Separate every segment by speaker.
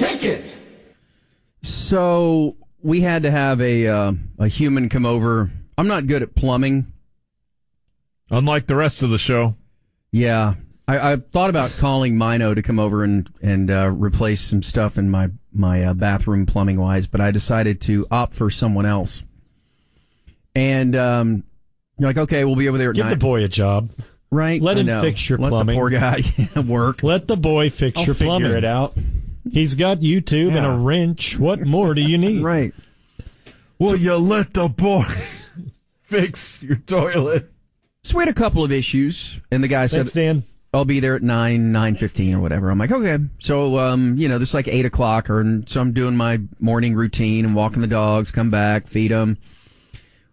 Speaker 1: like it.
Speaker 2: So we had to have a uh, a human come over. I'm not good at plumbing.
Speaker 3: Unlike the rest of the show.
Speaker 2: Yeah, I, I thought about calling Mino to come over and and uh, replace some stuff in my my uh, bathroom plumbing wise, but I decided to opt for someone else. And um, you're like, okay, we'll be over there at
Speaker 4: Give
Speaker 2: night,
Speaker 4: the boy a job.
Speaker 2: right?
Speaker 4: let
Speaker 2: I
Speaker 4: him
Speaker 2: know.
Speaker 4: fix your
Speaker 2: Let
Speaker 4: plumbing.
Speaker 2: The poor guy work.
Speaker 4: Let the boy fix
Speaker 3: I'll
Speaker 4: your
Speaker 3: figure
Speaker 4: plumbing.
Speaker 3: it out.
Speaker 4: He's got YouTube and a
Speaker 3: Yeah.
Speaker 4: wrench. What more do you need?
Speaker 2: Right.
Speaker 1: Well, you let the boy fix your toilet.
Speaker 2: So we had a couple of issues, and the guy said,
Speaker 4: Thanks, Dan.
Speaker 2: I'll be there at nine, nine fifteen or whatever. I'm like, okay. So, um, you know, this is like eight o'clock, or and so I'm doing my morning routine and walking the dogs, come back, feed them,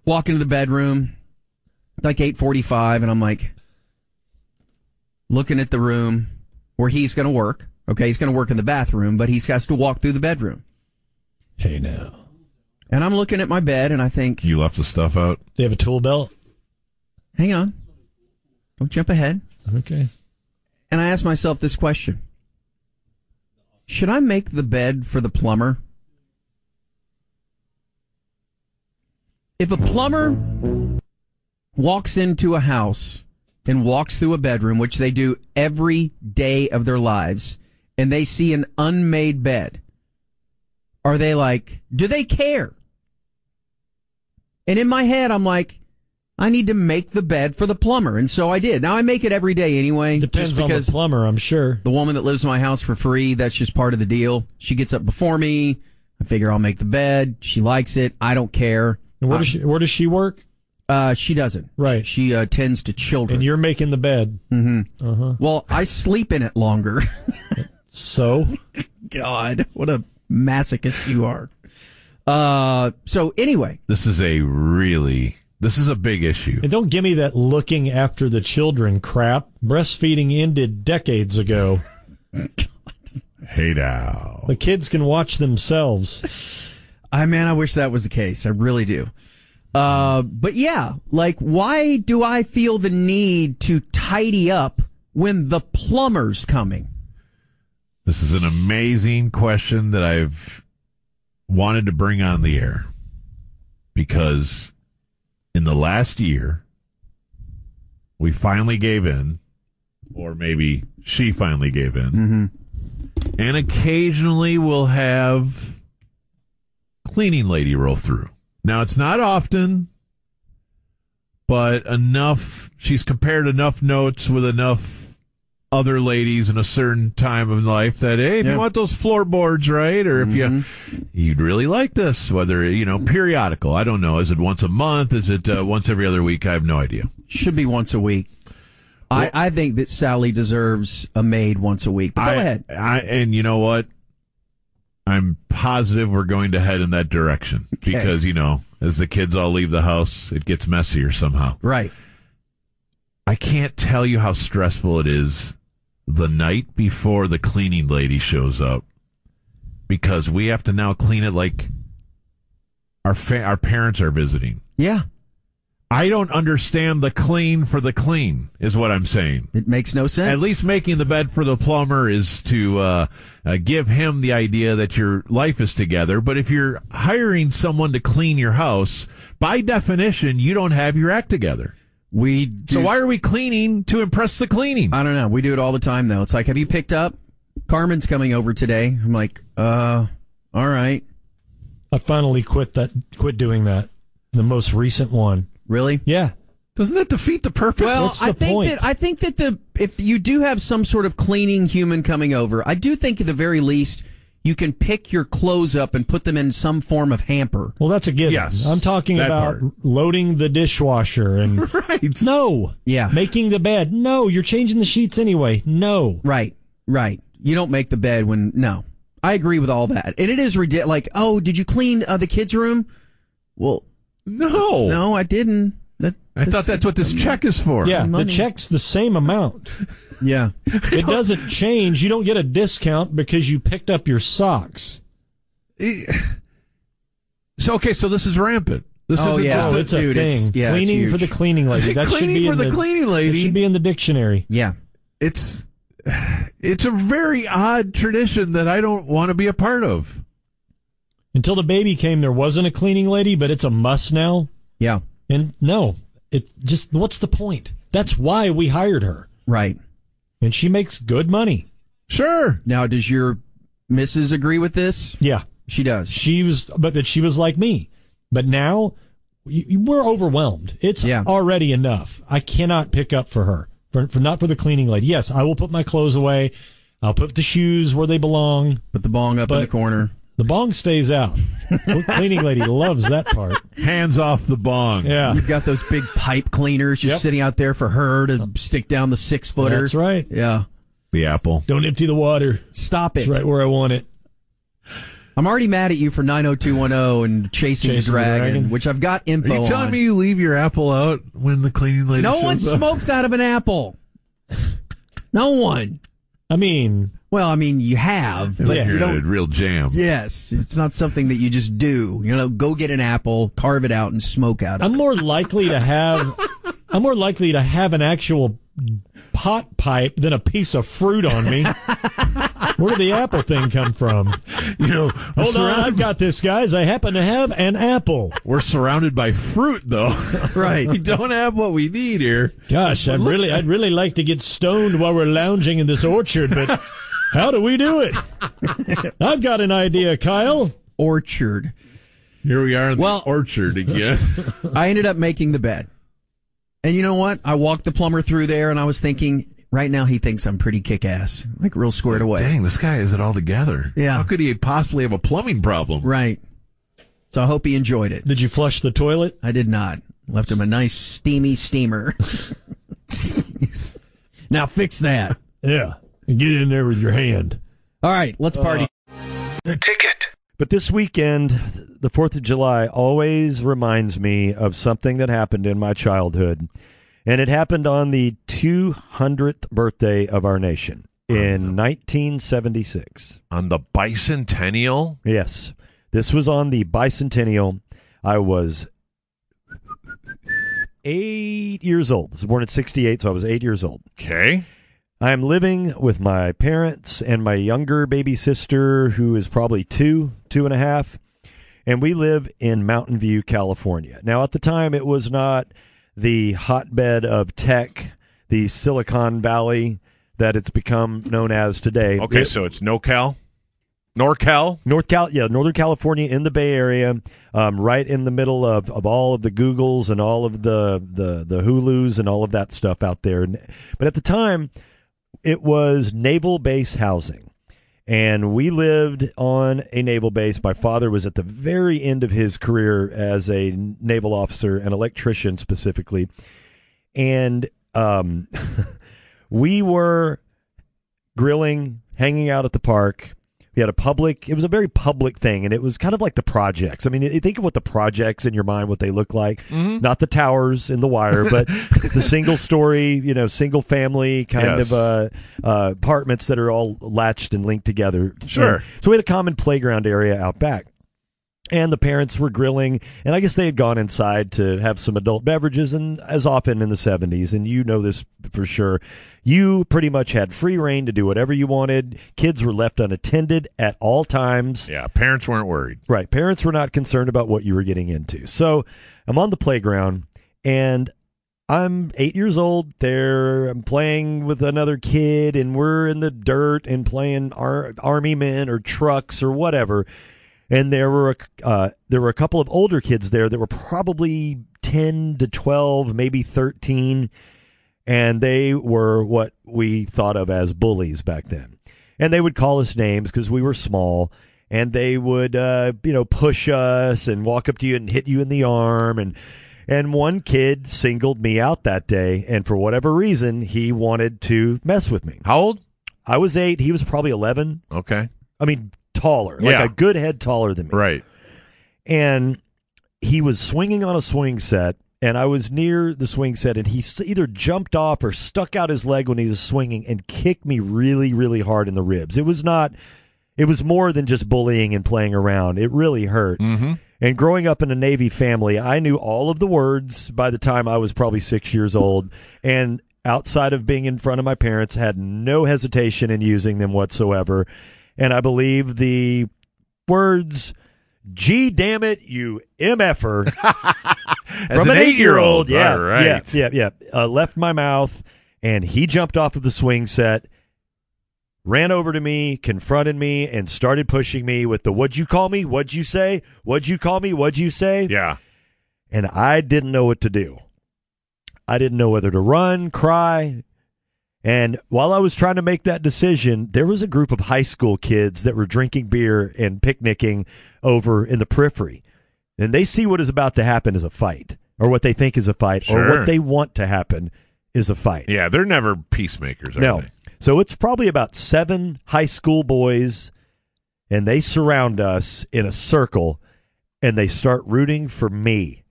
Speaker 2: walk into the bedroom, like eight forty-five, and I'm like, looking at the room where he's going to work. Okay, he's going to work in the bathroom, but he has to walk through the bedroom,
Speaker 4: Hey, now.
Speaker 2: and I'm looking at my bed, and I think,
Speaker 3: You left the stuff out.
Speaker 4: Do you have a tool belt?
Speaker 2: hang on, don't jump ahead.
Speaker 4: Okay.
Speaker 2: and I asked myself this question Should I make the bed for the plumber? If a plumber walks into a house and walks through a bedroom, which they do every day of their lives, and they see an unmade bed, are they like, do they care? And in my head, I'm like, I need to make the bed for the plumber. And so I did. Now I make it every day anyway.
Speaker 4: Depends
Speaker 2: just
Speaker 4: on the
Speaker 2: because
Speaker 4: plumber, I'm sure.
Speaker 2: the woman that lives in my house for free, that's just part of the deal. She gets up before me. I figure I'll make the bed. She likes it. I don't care.
Speaker 4: And where,
Speaker 2: Uh,
Speaker 4: does she, where does she work?
Speaker 2: Uh, she doesn't.
Speaker 4: Right.
Speaker 2: She uh, tends to children.
Speaker 4: And you're making the bed.
Speaker 2: well, I sleep in it longer.
Speaker 4: So?
Speaker 2: God, what a masochist you are. Uh, so anyway,
Speaker 3: This is a really, this is a big issue.
Speaker 4: And don't give me that looking after the children crap. Breastfeeding ended decades ago.
Speaker 3: Hey now.
Speaker 4: The kids can watch themselves.
Speaker 2: I man, I wish that was the case. I really do. Uh, but yeah, like, why do I feel the need to tidy up when the plumber's coming?
Speaker 3: This is an amazing question that I've wanted to bring on the air because in the last year, we finally gave in, or maybe she finally gave in. And occasionally we'll have cleaning lady roll through. Now, it's not often, but enough, she's compared enough notes with enough other ladies in a certain time of life that hey if
Speaker 2: Yeah.
Speaker 3: you want those floorboards right or if you you'd really like this whether you know periodical i don't know is it once a month is it uh, once every other week i have no idea
Speaker 2: Should be once a week. I, I think that Sally deserves a maid once a week. But go
Speaker 3: I-
Speaker 2: ahead.
Speaker 3: I, and you know what? I'm positive we're going to head in that direction because, you know, as the kids all leave the house, it gets messier somehow.
Speaker 2: Right.
Speaker 3: I can't tell you how stressful it is the night before the cleaning lady shows up because we have to now clean it like our fa- our parents are visiting.
Speaker 2: Yeah.
Speaker 3: I don't understand the clean for the clean is what I'm saying.
Speaker 2: It makes no sense.
Speaker 3: At least making the bed for the plumber is to uh, uh, give him the idea that your life is together. But if you're hiring someone to clean your house, by definition, you don't have your act together.
Speaker 2: we do,
Speaker 3: So why are we cleaning to impress the cleaning?
Speaker 2: I don't know. We do it all the time though. It's like, have you picked up? Carmen's coming over today. I'm like, uh, all right.
Speaker 4: I finally quit that. Quit doing that. The most recent one.
Speaker 2: Really?
Speaker 4: Yeah.
Speaker 3: Doesn't that defeat the purpose?
Speaker 2: Well,
Speaker 4: What's
Speaker 2: I
Speaker 4: the
Speaker 2: think
Speaker 4: point?
Speaker 2: that I think that the if you do have some sort of cleaning human coming over, I do think at the very least you can pick your clothes up and put them in some form of hamper.
Speaker 4: Well, that's a given.
Speaker 3: Yes,
Speaker 4: I'm talking
Speaker 3: that
Speaker 4: about
Speaker 3: part.
Speaker 4: loading the dishwasher and
Speaker 3: right.
Speaker 4: no.
Speaker 2: Yeah.
Speaker 4: Making the bed. No. You're changing the sheets anyway. No.
Speaker 2: Right, right. You don't make the bed when no. I agree with all that, and it is ridiculous. Like, oh, did you clean uh, the kids' room? Well,
Speaker 3: No.
Speaker 2: no, I didn't. That,
Speaker 3: I thought that's what this check is for.
Speaker 4: Yeah. The
Speaker 2: Money.
Speaker 4: check's the same amount.
Speaker 2: yeah.
Speaker 4: It doesn't change. You don't get a discount because you picked up your socks.
Speaker 3: So okay, so this is rampant. This
Speaker 2: Oh,
Speaker 3: isn't
Speaker 2: yeah.
Speaker 3: just
Speaker 4: Oh,
Speaker 3: a,
Speaker 4: it's a
Speaker 2: dude,
Speaker 4: thing.
Speaker 2: it's- yeah, it's
Speaker 4: cleaning for the
Speaker 2: huge.
Speaker 4: cleaning lady. That should
Speaker 3: cleaning
Speaker 4: be
Speaker 3: for
Speaker 4: in
Speaker 3: the, cleaning
Speaker 4: It
Speaker 3: lady.
Speaker 4: should be in the dictionary.
Speaker 2: Yeah,
Speaker 3: it's it's a very odd tradition that I don't want to be a part of.
Speaker 5: Until the baby came, there wasn't a cleaning lady, but it's a must now.
Speaker 2: Yeah,
Speaker 5: And no, it just what's the point? That's why we hired her,
Speaker 2: right.
Speaker 5: and she makes good money.
Speaker 3: Sure.
Speaker 2: Now, does your missus agree with this?
Speaker 5: Yeah,
Speaker 2: She does.
Speaker 5: she was, but, but she was like me. But now y- y- we're overwhelmed. It's
Speaker 2: Yeah.
Speaker 5: already enough. I cannot pick up for her, for, for not for the cleaning lady. Yes, I will put my clothes away. I'll put the shoes where they belong.
Speaker 2: Put the bong up in the
Speaker 5: But-
Speaker 2: corner.
Speaker 5: The bong stays out. The cleaning lady loves that part.
Speaker 3: Hands off the bong.
Speaker 4: Ah.
Speaker 5: Yeah.
Speaker 2: You've got those big pipe cleaners just
Speaker 5: Yep.
Speaker 2: sitting out there for her to stick down the six footer.
Speaker 5: That's right.
Speaker 2: Yeah.
Speaker 3: The apple.
Speaker 5: Don't empty the water.
Speaker 2: Stop it.
Speaker 5: It's right where I want it.
Speaker 2: I'm already mad at you for 90210 and Chasing,
Speaker 5: Chasing
Speaker 2: the,
Speaker 5: the
Speaker 2: dragon,
Speaker 5: Dragon.
Speaker 2: which I've got
Speaker 3: Are
Speaker 2: info
Speaker 3: you telling
Speaker 2: on.
Speaker 3: me you leave your apple out when the cleaning lady
Speaker 2: no
Speaker 3: shows
Speaker 2: one
Speaker 3: up?
Speaker 2: smokes out of an apple. No one.
Speaker 5: I mean,
Speaker 2: Well, I mean, you have.
Speaker 3: Like
Speaker 2: But
Speaker 5: Yeah.
Speaker 3: you're
Speaker 2: you
Speaker 3: in a
Speaker 2: don't,
Speaker 3: real jam.
Speaker 2: yes, it's not something that you just do. You know, go get an apple, carve it out, and smoke out of it.
Speaker 5: I'm more likely to have I'm more likely to have an actual pot pipe than a piece of fruit on me. Where did the apple thing come from?
Speaker 3: You know, we're,
Speaker 5: Hold on,
Speaker 3: surrounded,
Speaker 5: I've got this, guys. I happen to have an apple.
Speaker 3: we're surrounded by fruit, though. we
Speaker 2: right.
Speaker 3: don't have what we need here.
Speaker 5: Gosh, I'd really, I'd really like to get stoned while we're lounging in this orchard, but how do we do it? I've got an idea, Kyle.
Speaker 2: Orchard.
Speaker 3: Here we are in
Speaker 2: Well-
Speaker 3: the orchard again.
Speaker 2: I ended up making the bed. And you know what? I walked the plumber through there and I was thinking, right now he thinks I'm pretty kick ass. Like real squared away.
Speaker 3: Dang, this guy is it all together.
Speaker 2: Yeah.
Speaker 3: How could he possibly have a plumbing problem?
Speaker 2: Right. So I hope he enjoyed it.
Speaker 5: Did you flush the toilet?
Speaker 2: I did not. Left him a nice steamy steamer. Jeez. Now fix that.
Speaker 5: Yeah. Get in there with your hand.
Speaker 2: All right,
Speaker 6: Uh,
Speaker 2: let's party.
Speaker 4: But this weekend, the 4th of July always reminds me of something that happened in my childhood. And it happened on the 200th birthday of our nation in 1976.
Speaker 3: On the bicentennial?
Speaker 4: Yes, this was on the bicentennial. I was eight years old. I was born in 68, so I was eight years old.
Speaker 3: Okay.
Speaker 4: I am living with my parents and my younger baby sister, who is probably two, two and a half. And we live in Mountain View, California. Now, at the time, it was not the hotbed of tech, the Silicon Valley that it's become known as today.
Speaker 3: Okay,
Speaker 4: It-
Speaker 3: so it's NorCal, NorCal.
Speaker 4: North Cal, yeah, Northern California in the Bay Area, um, right in the middle of, of all of the Googles and all of the, the the Hulus and all of that stuff out there. And- But at the time, it was naval base housing, and we lived on a naval base. My father was at the very end of his career as a naval officer, an electrician specifically, and um, we were grilling, hanging out at the park. We had a public, it was a very public thing, and it was kind of like the projects. I mean, you think of what the projects in your mind, what they look like. Not the towers in the wire, but the single story, you know, single family kind of
Speaker 3: Yes.
Speaker 4: uh, uh, apartments that are all latched and linked together.
Speaker 3: Sure.
Speaker 4: So we had a common playground area out back and the parents were grilling and i guess they had gone inside to have some adult beverages and as often in the 70s and you know this for sure you pretty much had free reign to do whatever you wanted kids were left unattended at all times
Speaker 3: Yeah, parents weren't worried.
Speaker 4: Right. Parents were not concerned about what you were getting into. So I'm on the playground and I'm eight years old there. I'm playing with another kid and we're in the dirt and playing ar- army men or trucks or whatever. And there were a, c- uh, there were a couple of older kids there that were probably 10 to 12, maybe 13 and they were what we thought of as bullies back then. And they would call us names because we were small, and they would uh, you know push us and walk up to you and hit you in the arm and. And one kid singled me out that day, and for whatever reason, he wanted to mess with me.
Speaker 3: How old?
Speaker 4: I was eight; he was probably eleven.
Speaker 3: Okay,
Speaker 4: I mean, taller, like
Speaker 3: Yeah.
Speaker 4: a good head taller than me
Speaker 3: right.
Speaker 4: and he was swinging on a swing set and i was near the swing set and he s- either jumped off or stuck out his leg when he was swinging and kicked me really really hard in the ribs it was not it was more than just bullying and playing around it really hurt mm-hmm. and growing up in a navy family i knew all of the words by the time i was probably six years old and outside of being in front of my parents, had no hesitation in using them whatsoever. And I believe the words, G damn it, you er," MFer,
Speaker 3: As an eight-year-old,
Speaker 4: Yeah,
Speaker 3: all right.
Speaker 4: yeah, yeah, yeah. Uh, left my mouth, and he jumped off of the swing set, ran over to me, confronted me, and started pushing me with the "What'd you call me? What'd you say? What'd you call me? What'd you say?"
Speaker 3: Yeah.
Speaker 4: And I didn't know what to do. I didn't know whether to run, cry. And while I was trying to make that decision, there was a group of high school kids that were drinking beer and picnicking over in the periphery. And they see what is about to happen is a fight, or what they think is a fight, or
Speaker 3: Sure.
Speaker 4: what they want to happen is a fight.
Speaker 3: Yeah, they're never peacemakers, are
Speaker 4: No.
Speaker 3: they?
Speaker 4: So it's probably about seven high school boys, and they surround us in a circle and they start rooting for me,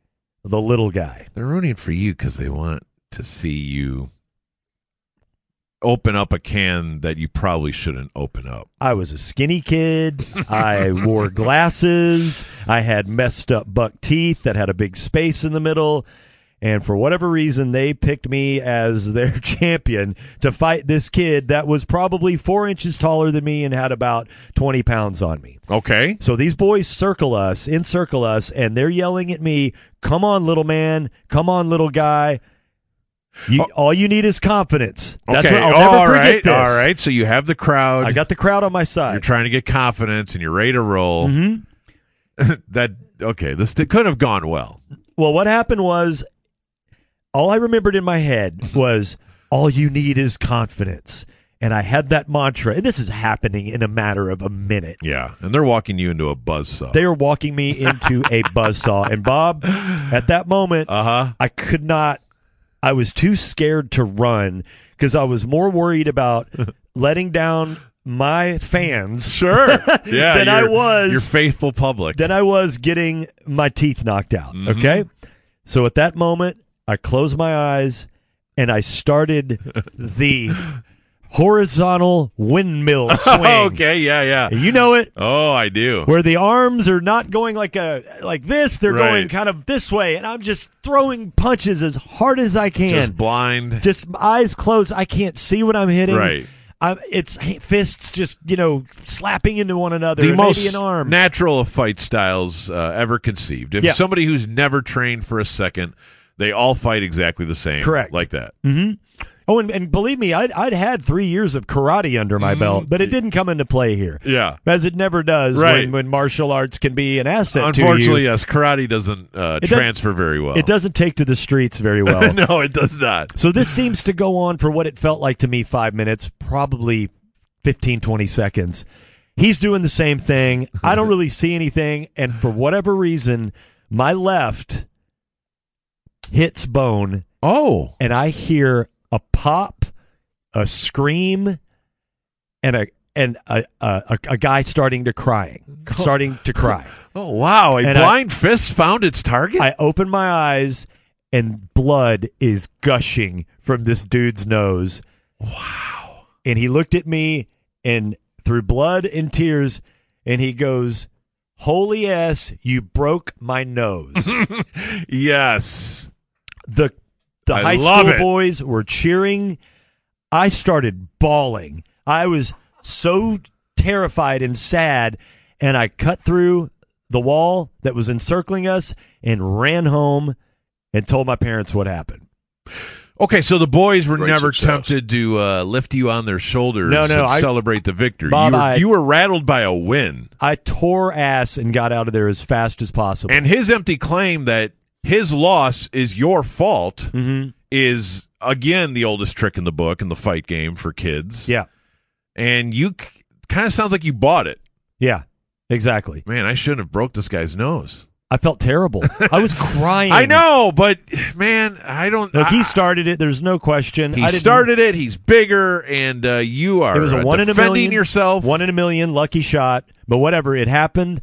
Speaker 4: the little guy.
Speaker 3: They're rooting for you because they want to see you open up a can that you probably shouldn't open up.
Speaker 4: I was a skinny kid. I wore glasses. I had messed up buck teeth that had a big space in the middle. And for whatever reason, they picked me as their champion to fight this kid that was probably four inches taller than me and had about 20 pounds on me.
Speaker 3: Okay.
Speaker 4: So these boys circle us, encircle us, and they're yelling at me, "Come on, little man! Come on, little guy! You, All you need is confidence." That's
Speaker 3: Oh. okay.
Speaker 4: what I'll never
Speaker 3: All
Speaker 4: forget
Speaker 3: right.
Speaker 4: this.
Speaker 3: All right. So you have the crowd.
Speaker 4: I got the crowd on my
Speaker 3: you're
Speaker 4: side.
Speaker 3: trying to get confidence and you're ready to roll.
Speaker 4: Mhm.
Speaker 3: that okay, this it could have gone well.
Speaker 4: Well, what happened was, all I remembered in my head was, "All you need is confidence," and I had that mantra. And this is happening in a matter of a minute.
Speaker 3: Yeah. And they're walking you into a buzzsaw.
Speaker 4: They are walking me into a buzzsaw, and Bob, at that moment,
Speaker 3: uh huh.
Speaker 4: I could not. I was too scared to run because I was more worried about letting down my fans
Speaker 3: Sure. Yeah.
Speaker 4: Then I
Speaker 3: your-
Speaker 4: was-
Speaker 3: your faithful public.
Speaker 4: than I was getting my teeth knocked out.
Speaker 3: Mhm.
Speaker 4: Okay. So at that moment, I closed my eyes and I started the horizontal windmill swing.
Speaker 3: Oh, okay. Yeah. Yeah.
Speaker 4: You know it.
Speaker 3: Oh, I do.
Speaker 4: Where the arms are not going like a like this, they're
Speaker 3: Right.
Speaker 4: going kind of this way, and I'm just throwing punches as hard as I can.
Speaker 3: Just blind.
Speaker 4: just eyes closed. I can't see what I'm hitting.
Speaker 3: Right.
Speaker 4: I'm, it's h- fists just you know slapping into one another.
Speaker 3: the
Speaker 4: and
Speaker 3: most
Speaker 4: maybe an arm.
Speaker 3: natural of fight styles uh, ever conceived. If
Speaker 4: Yeah.
Speaker 3: somebody who's never trained for a second, they all fight exactly the same.
Speaker 4: Correct.
Speaker 3: Like that.
Speaker 4: oh, and, and believe me, I'd, I'd had three years of karate under my belt, but it didn't come into play here.
Speaker 3: Mm, Yeah.
Speaker 4: As it never does
Speaker 3: Right.
Speaker 4: when, when martial arts can be an asset to
Speaker 3: Unfortunately,
Speaker 4: you.
Speaker 3: yes, karate doesn't uh,
Speaker 4: It does-
Speaker 3: transfer very well.
Speaker 4: It doesn't take to the streets very well.
Speaker 3: no, it does not.
Speaker 4: So this seems to go on for what it felt like to me five minutes, probably 15, 20 seconds. He's doing the same thing. I don't really see anything. And for whatever reason, my left hits bone
Speaker 3: Oh,
Speaker 4: and I hear a pop, a scream, and a and a a, a, a guy starting to crying, starting to cry.
Speaker 3: oh, wow! A
Speaker 4: And I-
Speaker 3: blind fist found its target.
Speaker 4: I open my eyes and blood is gushing from this dude's nose. Wow. And he looked at me and through blood and tears and he goes, "Holy ass, you broke my nose."
Speaker 3: yes,
Speaker 4: the the
Speaker 3: I
Speaker 4: high
Speaker 3: love
Speaker 4: school
Speaker 3: it.
Speaker 4: boys were cheering. I started bawling. I was so terrified and sad, and I cut through the wall that was encircling us and ran home and told my parents what happened.
Speaker 3: Okay, so the boys were
Speaker 7: Great
Speaker 3: never
Speaker 7: success.
Speaker 3: tempted to uh, lift you on their shoulders
Speaker 4: No, no,
Speaker 3: and
Speaker 4: I-
Speaker 3: celebrate the victory.
Speaker 4: Bob,
Speaker 3: you, were,
Speaker 4: I-
Speaker 3: you were rattled by a win.
Speaker 4: I tore ass and got out of there as fast as possible.
Speaker 3: And his empty claim that his loss is your fault
Speaker 4: Mhm.
Speaker 3: is, again, the oldest trick in the book in the fight game for kids.
Speaker 4: yeah,
Speaker 3: And you kind of sounds like you bought it.
Speaker 4: yeah, exactly.
Speaker 3: Man, I shouldn't have broke this guy's nose.
Speaker 4: I felt terrible. I was crying.
Speaker 3: I know, but man, I don't.
Speaker 4: Look,
Speaker 3: I-
Speaker 4: he started it. There's no question.
Speaker 3: He
Speaker 4: I didn't-
Speaker 3: started it. He's bigger, and uh, you are.
Speaker 4: It was a
Speaker 3: uh,
Speaker 4: one in a
Speaker 3: defending
Speaker 4: million.
Speaker 3: yourself.
Speaker 4: One in a million lucky shot, but whatever, it happened.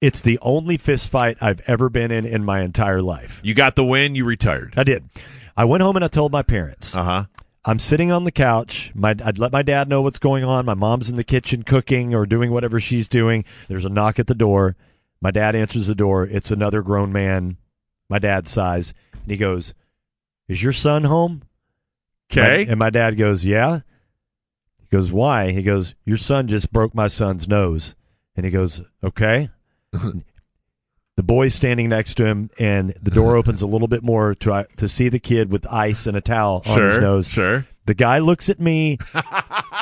Speaker 4: It's the only fist fight I've ever been in in my entire life.
Speaker 3: you got the win. You retired.
Speaker 4: I did. I went home and I told my parents.
Speaker 3: Uh huh.
Speaker 4: I'm sitting on the couch. My, I'd let my dad know what's going on. My mom's in the kitchen cooking or doing whatever she's doing. There's a knock at the door. My dad answers the door. It's another grown man, my dad's size. And he goes, Is your son home?
Speaker 3: Okay.
Speaker 4: And my dad goes, Yeah. He goes, Why? He goes, Your son just broke my son's nose. And he goes, Okay. the boy's standing next to him, and the door opens a little bit more to, uh, to see the kid with ice and a towel on his
Speaker 3: sure.
Speaker 4: nose.
Speaker 3: Sure.
Speaker 4: The guy looks at me.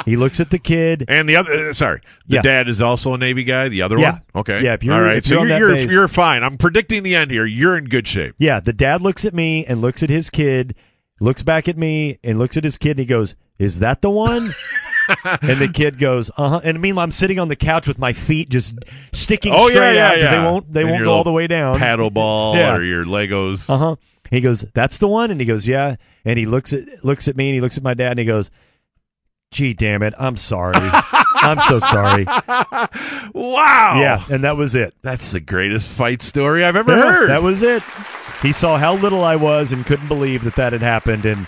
Speaker 4: he looks at the kid.
Speaker 3: And the other, uh, sorry, the
Speaker 4: Yeah.
Speaker 3: dad is also a Navy guy. The other
Speaker 4: Yeah.
Speaker 3: one, okay,
Speaker 4: Yeah, if you're-
Speaker 3: all right.
Speaker 4: if
Speaker 3: so
Speaker 4: you're on
Speaker 3: you're
Speaker 4: that
Speaker 3: you're,
Speaker 4: base-
Speaker 3: you're fine. I'm predicting the end here. You're in good shape.
Speaker 4: Yeah, the dad looks at me and looks at his kid, looks back at me and looks at his kid, and he goes, "Is that the one?" and the kid goes, "Uh huh." And meanwhile, I'm sitting on the couch with my feet just sticking
Speaker 3: Oh yeah,
Speaker 4: straight
Speaker 3: yeah,
Speaker 4: out because
Speaker 3: yeah.
Speaker 4: they won't they
Speaker 3: And
Speaker 4: won't
Speaker 3: your
Speaker 4: go all the
Speaker 3: little
Speaker 4: way down.
Speaker 3: Paddle ball
Speaker 4: Yeah.
Speaker 3: or your Legos.
Speaker 4: Uh huh. He goes, "That's the one," and he goes, "Yeah." And he looks at looks at me and he looks at my dad and he goes, "Gee, damn it, I'm sorry. I'm so sorry."
Speaker 3: wow.
Speaker 4: Yeah, and that was it.
Speaker 3: That's the greatest fight story I've ever
Speaker 4: Yeah,
Speaker 3: heard.
Speaker 4: That was it. He saw how little I was and couldn't believe that that had happened and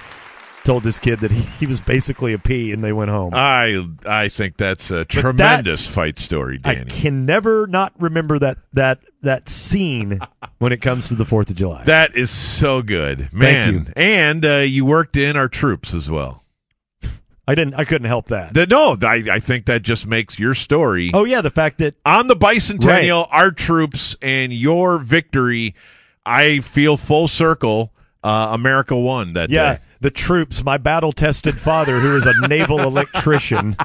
Speaker 4: told his kid that he, he was basically a pea and they went home.
Speaker 3: I I think that's a tremendous
Speaker 4: that's-
Speaker 3: fight story,
Speaker 4: I
Speaker 3: Danny.
Speaker 4: can never not remember that that that scene when it comes to the 4th of July.
Speaker 3: That is so good, man.
Speaker 4: you.
Speaker 3: And uh, you worked in our troops as well.
Speaker 4: I didn't I couldn't help that.
Speaker 3: The, no, I, I think that just makes your story
Speaker 4: oh yeah, the fact that
Speaker 3: on the bicentennial, our troops and your victory. I feel full circle. Uh, America won that
Speaker 4: yeah,
Speaker 3: day.
Speaker 4: the troops, my battle-tested father who is a naval electrician.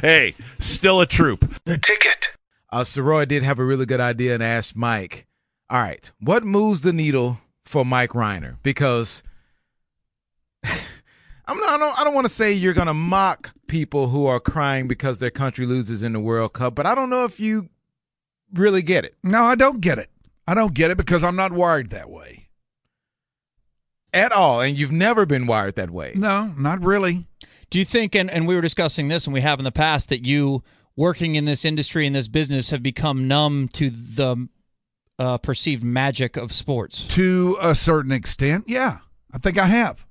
Speaker 3: Hey, still a troop.
Speaker 7: Uh, Soroy did have a really good idea and asked Mike, all right, what moves the needle for Mike Reiner? Because I'm not, I don't, I don't want to say you're going to mock people who are crying because their country loses in the World Cup, but I don't know if you really get it.
Speaker 8: No, I don't get it. I don't get it because I'm not wired that way.
Speaker 7: At all, and you've never been wired that way.
Speaker 8: No, not really.
Speaker 9: Do you think, and, and we were discussing this and we have in the past, that you working in this industry and this business have become numb to the uh, perceived magic of sports?
Speaker 8: To a certain extent, yeah. I think I have.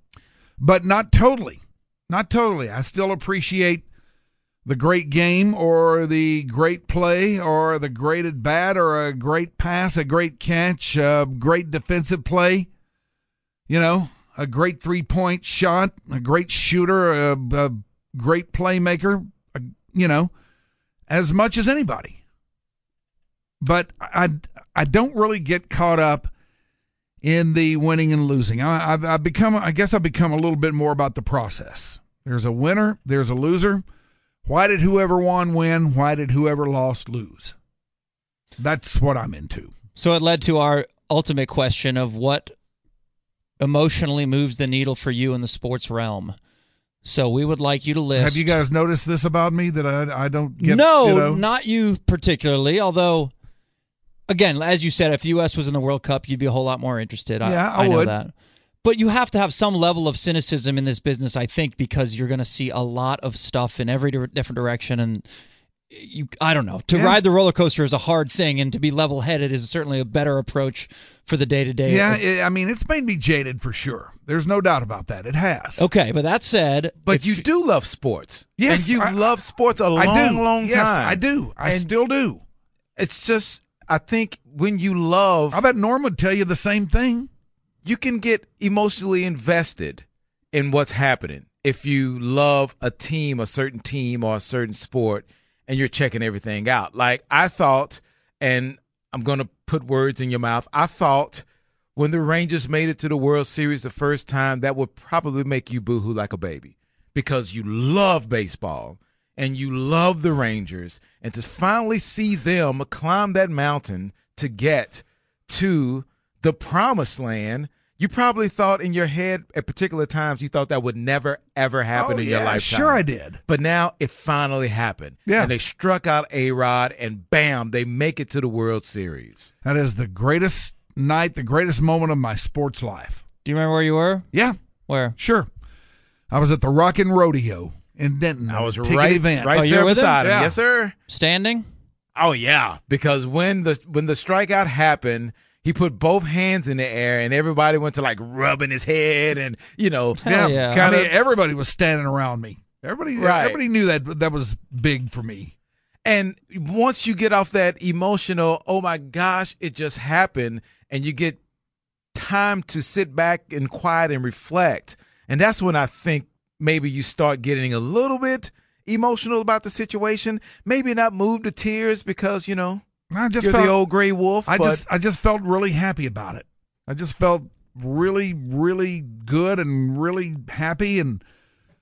Speaker 8: But not totally. Not totally. I still appreciate the great game or the great play or the great at bat or a great pass, a great catch, a great defensive play, you know, a great three point shot, a great shooter, a, a great playmaker, a, you know, as much as anybody. But I, I don't really get caught up in the winning and losing. I, I've, I've become, I guess, I've become a little bit more about the process. There's a winner, there's a loser. Why did whoever won win? Why did whoever lost lose? That's what I'm into.
Speaker 9: So it led to our ultimate question of what emotionally moves the needle for you in the sports realm. So we would like you to list.
Speaker 8: Have you guys noticed this about me that I, I don't get?
Speaker 9: no,
Speaker 8: you know?
Speaker 9: not you particularly. Although, again, as you said, if the U.S. was in the World Cup, you'd be a whole lot more interested. I,
Speaker 8: Yeah, I
Speaker 9: know
Speaker 8: would.
Speaker 9: that. But you have to have some level of cynicism in this business, I think, because you're going to see a lot of stuff in every di- different direction, and you, I don't know. To
Speaker 8: Yeah.
Speaker 9: ride the roller coaster is a hard thing, and to be level-headed is certainly a better approach for the day-to-day.
Speaker 8: Yeah, it, I mean, it's made me jaded for sure. There's no doubt about that. It has.
Speaker 9: okay, but that said,
Speaker 7: But
Speaker 9: if-
Speaker 7: you do love sports.
Speaker 8: Yes,
Speaker 7: And you
Speaker 8: I-
Speaker 7: love sports a long,
Speaker 8: I do.
Speaker 7: long
Speaker 8: Yes,
Speaker 7: time.
Speaker 8: I do. I
Speaker 7: And
Speaker 8: still do.
Speaker 7: It's just, I think when you love.
Speaker 8: I bet Norm would tell you the same thing.
Speaker 7: you can get emotionally invested in what's happening if you love a team, a certain team, or a certain sport, and you're checking everything out. Like I thought, and I'm going to put words in your mouth. I thought when the Rangers made it to the World Series the first time, that would probably make you boohoo like a baby because you love baseball and you love the Rangers, and to finally see them climb that mountain to get to the promised land, you probably thought in your head at particular times you thought that would never ever happen
Speaker 8: Oh,
Speaker 7: in
Speaker 8: yeah,
Speaker 7: your lifetime.
Speaker 8: Sure, I did.
Speaker 7: But now it finally happened.
Speaker 8: Yeah.
Speaker 7: And they struck out A Rod, and bam, they make it to the World Series.
Speaker 8: That is the greatest night, the greatest moment of my sports life.
Speaker 9: do you remember where you were?
Speaker 8: Yeah,
Speaker 9: Where?
Speaker 8: sure. I was at the Rockin' Rodeo in Denton.
Speaker 7: I was
Speaker 8: Ticket
Speaker 7: right,
Speaker 8: event.
Speaker 7: right
Speaker 9: Oh, you were
Speaker 7: there
Speaker 9: with him?
Speaker 7: beside him.
Speaker 8: Yeah.
Speaker 7: Yes, sir.
Speaker 9: Standing?
Speaker 7: Oh yeah, because when the when the strikeout happened, he put both hands in the air, and everybody went to like rubbing his head, and you know,
Speaker 9: Hell yeah.
Speaker 8: I
Speaker 7: kind of.
Speaker 8: mean, everybody was standing around me. Everybody,
Speaker 7: Right.
Speaker 8: everybody knew that that was big for me.
Speaker 7: And once you get off that emotional, oh my gosh, it just happened, and you get time to sit back and quiet and reflect, and that's when I think maybe you start getting a little bit emotional about the situation. Maybe not move to tears because you know
Speaker 8: I just
Speaker 7: you're
Speaker 8: felt
Speaker 7: the old gray wolf.
Speaker 8: I
Speaker 7: but
Speaker 8: just I just felt really happy about it. I just felt really really good and really happy and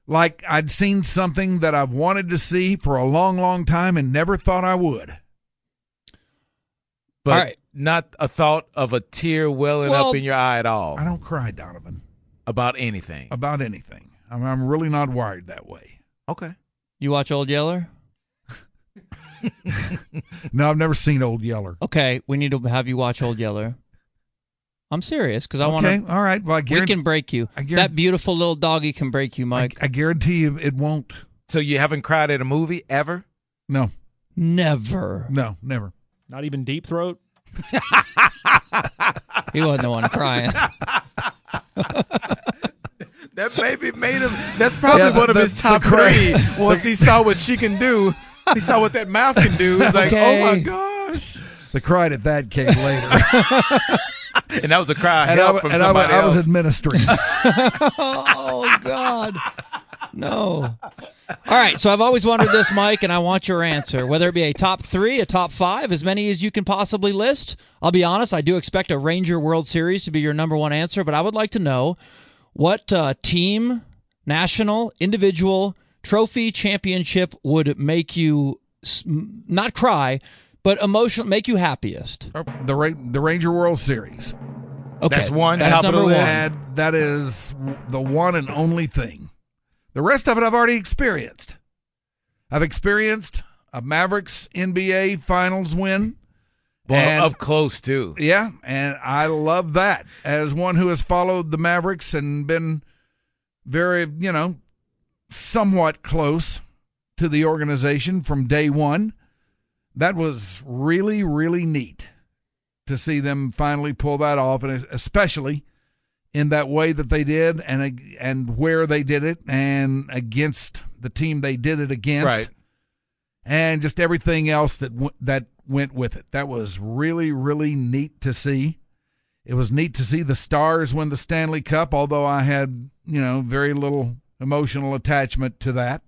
Speaker 8: like I'd seen something that I've wanted to see for a long long time and never thought I would.
Speaker 7: but
Speaker 9: All right.
Speaker 7: not a thought of a tear welling
Speaker 9: Well-
Speaker 7: up in your eye at all
Speaker 8: I don't cry, Donovan,
Speaker 7: about anything.
Speaker 8: about anything. I'm, I'm really not wired that way.
Speaker 7: Okay.
Speaker 9: You watch Old Yeller?
Speaker 8: No, I've never seen Old Yeller.
Speaker 9: Okay, we need to have you watch Old Yeller. I'm serious because I want
Speaker 8: okay,
Speaker 9: to.
Speaker 8: all right. Well, I
Speaker 9: We
Speaker 8: guarantee,
Speaker 9: can break you.
Speaker 8: I guarant-
Speaker 9: That beautiful little doggy can break you,
Speaker 8: I,
Speaker 9: Mike.
Speaker 8: I guarantee you it won't.
Speaker 7: So you haven't cried at a movie ever?
Speaker 8: No,
Speaker 9: Never.
Speaker 8: no, never.
Speaker 1: Not even deep throat.
Speaker 9: He wasn't the one crying.
Speaker 7: That maybe made him. That's probably
Speaker 8: Yeah,
Speaker 7: one of
Speaker 8: the-
Speaker 7: his top
Speaker 8: the cra-
Speaker 7: three. Once he saw what she can do, he saw what that mouth can do. He's like,
Speaker 9: Okay.
Speaker 7: oh my gosh!
Speaker 8: The cried at that came later,
Speaker 7: And that was a cry of
Speaker 8: and, I,
Speaker 7: help
Speaker 8: wa-
Speaker 7: from
Speaker 8: and I, wa-
Speaker 7: somebody
Speaker 8: I
Speaker 7: else.
Speaker 8: was administering.
Speaker 9: oh God. No. All right. So I've always wondered this, Mike, and I want your answer. Whether it be a top three, a top five, as many as you can possibly list. I'll be honest, I do expect a Ranger World Series to be your number one answer, but I would like to know what uh, team, national, individual, trophy, championship would make you s- m- not cry, but emotional, make you happiest.
Speaker 8: Oh, the Ra- the Ranger World Series.
Speaker 9: Okay.
Speaker 7: That's one,
Speaker 9: That's
Speaker 7: top of the
Speaker 9: number
Speaker 7: list.
Speaker 9: one.
Speaker 8: That that is the one and only thing. The rest of it I've already experienced. I've experienced a Mavericks NBA Finals win.
Speaker 7: Well,
Speaker 8: and-
Speaker 7: up close too.
Speaker 8: Yeah, and I love that as one who has followed the Mavericks and been very, you know, somewhat close to the organization from day one. That was really, really neat to see them finally pull that off, and especially in that way that they did, and and where they did it, and against the team they did it against
Speaker 7: Right.
Speaker 8: and just everything else that w- that went with it. That was really really neat to see. It was neat to see the Stars win the Stanley Cup, although I had, you know, very little emotional attachment to that.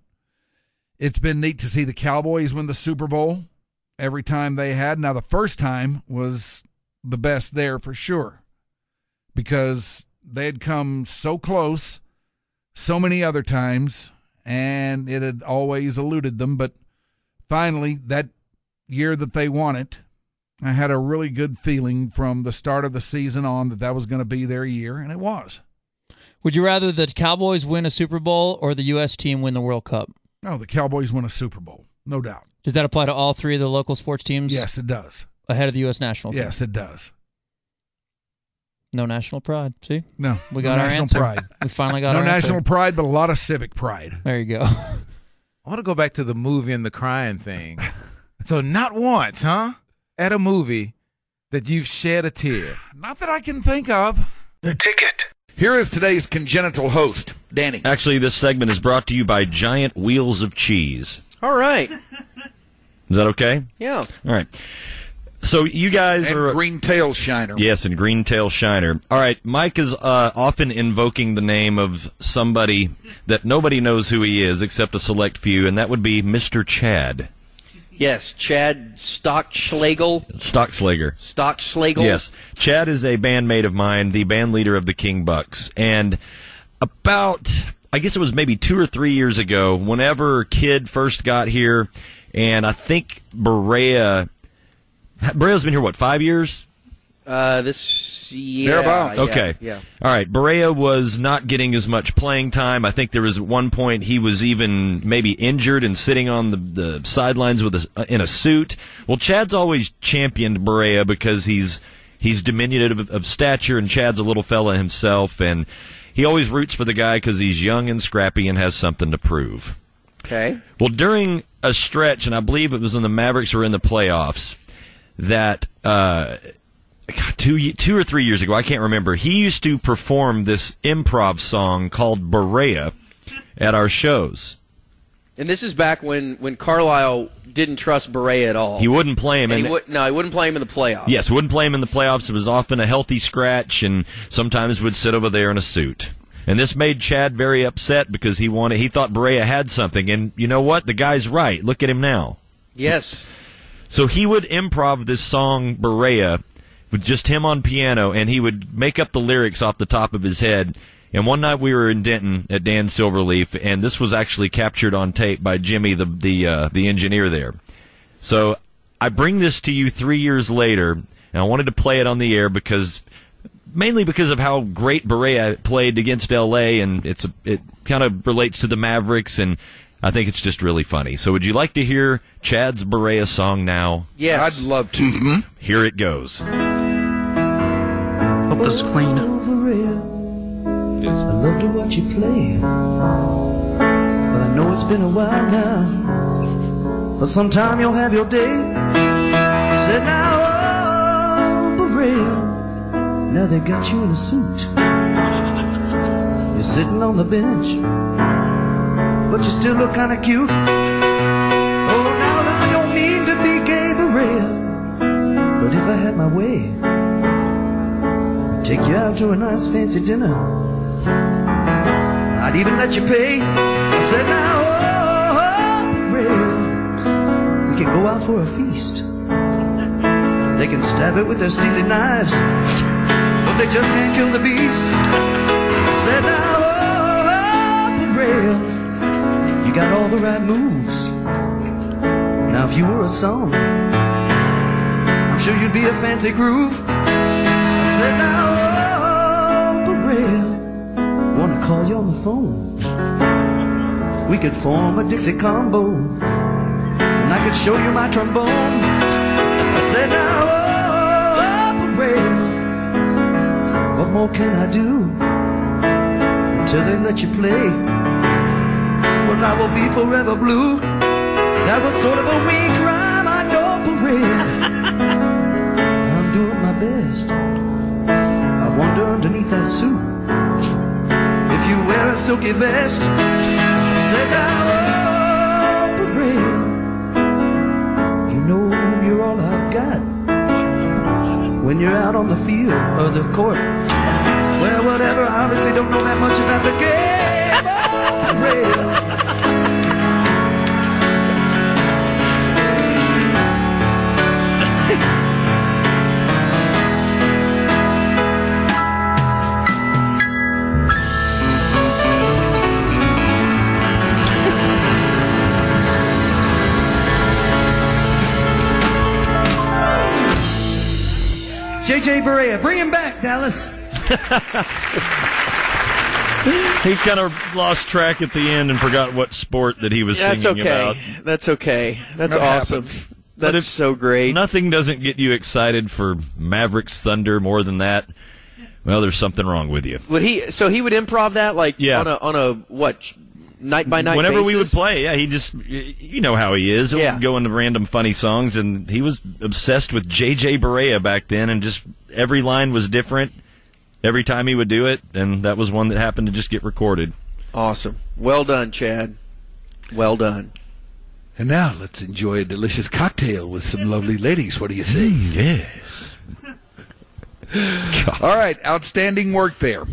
Speaker 8: It's been neat to see the Cowboys win the Super Bowl every time they had. Now the first time was the best there for sure because they had come so close so many other times and it had always eluded them, but finally, that year that they won it, I had a really good feeling from the start of the season on that that was going to be their year, and it was.
Speaker 9: Would you rather the Cowboys win a Super Bowl or the U.S. team win the World Cup?
Speaker 8: Oh, the Cowboys won a Super Bowl, no doubt.
Speaker 9: Does that apply to all three of the local sports teams?
Speaker 8: Yes, it does.
Speaker 9: Ahead of the U.S. national team.
Speaker 8: Yes, it does.
Speaker 9: No national pride. See,
Speaker 8: No,
Speaker 9: we got
Speaker 8: no
Speaker 9: our
Speaker 8: national
Speaker 9: answer.
Speaker 8: pride.
Speaker 9: We finally got
Speaker 8: No
Speaker 9: our
Speaker 8: national
Speaker 9: Answer.
Speaker 8: pride, but a lot of civic pride.
Speaker 9: There you go.
Speaker 7: I want to go back to the movie and the crying thing. so not once, huh? At a movie that you've shed a tear.
Speaker 8: Not that I can think of.
Speaker 10: Here is today's congenital host, Danny.
Speaker 11: Actually, this segment is brought to you by Giant Wheels of Cheese.
Speaker 6: All right.
Speaker 11: Is that okay?
Speaker 6: Yeah.
Speaker 11: All right. So you guys
Speaker 10: And
Speaker 11: are
Speaker 10: Green Tail Shiner.
Speaker 11: yes, and Greentail Shiner. All right, Mike is uh, often invoking the name of somebody that nobody knows who he is except a select few, and that would be Mr. Chad
Speaker 6: Yes, Chad Stockschlegel.
Speaker 11: Stockslager.
Speaker 6: Stockschlegel.
Speaker 11: Yes. Chad is a bandmate of mine, the band leader of the King Bucks. And about, I guess it was maybe two or three years ago, whenever Kid first got here, and I think Berea, Berea's been here, what, five years?
Speaker 6: Uh, this yeah.
Speaker 10: Thereabouts.
Speaker 6: yeah,
Speaker 11: Okay.
Speaker 6: Yeah.
Speaker 11: All right. Berea was not getting as much playing time. I think there was at one point he was even maybe injured and sitting on the, the sidelines with a, uh, in a suit. Well, Chad's always championed Berea because he's he's diminutive of, of stature and Chad's a little fella himself, and he always roots for the guy because he's young and scrappy and has something to prove.
Speaker 6: Okay.
Speaker 11: Well, during a stretch, and I believe it was when the Mavericks were in the playoffs, that uh, God, two ye- two or three years ago, I can't remember. He used to perform this improv song called Berea at our shows.
Speaker 6: And this is back when when Carlisle didn't trust Beret at all.
Speaker 11: He wouldn't play him,
Speaker 6: And
Speaker 11: and,
Speaker 6: he would, no, he wouldn't play him in the playoffs.
Speaker 11: yes, wouldn't play him in the playoffs. It was often a healthy scratch, and sometimes would sit over there in a suit. And this made Chad very upset because he wanted he thought Berea had something. And you know what? The guy's right. Look at him now.
Speaker 6: Yes.
Speaker 11: So he would improv this song Berea with just him on piano, and he would make up the lyrics off the top of his head. And one night we were in Denton at Dan Silverleaf, and this was actually captured on tape by Jimmy, the the uh, the engineer there. So I bring this to you three years later, and I wanted to play it on the air because mainly because of how great Berea played against LA, and it's a, it kind of relates to the Mavericks, and I think it's just really funny. So would you like to hear Chad's Berea song now?
Speaker 6: Yes.
Speaker 10: I'd love to.
Speaker 11: Here it goes.
Speaker 1: Hope this is clean. I love to watch you play. Well, I know it's been a while now, but sometime you'll have your day. Said now, oh, Berea, now they got you in a suit. You're sitting on the bench, but you still look kinda cute. Oh, now I don't mean to be gay, Berea, but if I had my way, I'd take you out to a nice fancy dinner. I'd even let you pay. I said, now, oh, oh, Berea, we can go out for a feast. They can stab it with their steely knives, but they just can't kill the beast. Said, now, oh, oh, Berea, you got all the right moves. Now, if you were a song, I'm sure you'd be a fancy groove. I said, now, oh, Berea, Wanna call you on the phone? We could form a Dixie combo, and I could show you my trombone. I said, now, oh, operator, what more can I do until they let you play? Well, I will be forever blue. That was sort of a weak rhyme, I know, parade. I'm doing my best. I wander underneath that suit. If you wear a silky vest, sit down, parade. You know you're all I've got. When you're out on the field or the court, well, whatever. I obviously don't know that much about the game. Oh, parade. JJ Barea, bring him back, Dallas.
Speaker 11: He kind of lost track at the end and forgot what sport that he was
Speaker 6: That's
Speaker 11: singing
Speaker 6: okay.
Speaker 11: about.
Speaker 6: That's okay. That's
Speaker 11: That
Speaker 6: awesome.
Speaker 11: happens. But
Speaker 6: That's
Speaker 11: if-
Speaker 6: so great.
Speaker 11: Nothing doesn't get you excited for Mavericks Thunder more than that. Well, there's something wrong with you.
Speaker 6: Would he? So he would improv that like
Speaker 11: Yeah.
Speaker 6: on a on a what night by night.
Speaker 11: Whenever we would
Speaker 6: basis?
Speaker 11: play, yeah, he just, you know how he is. He'll
Speaker 6: Yeah.
Speaker 11: go into random funny songs, and he was obsessed with J.J. Barea back then, and just every line was different every time he would do it, and that was one that happened to just get recorded.
Speaker 6: Awesome. Well done, Chad. Well done.
Speaker 10: And now let's enjoy a delicious cocktail with some lovely ladies. What do you say?
Speaker 8: Mm,
Speaker 10: yes. All right, outstanding work there.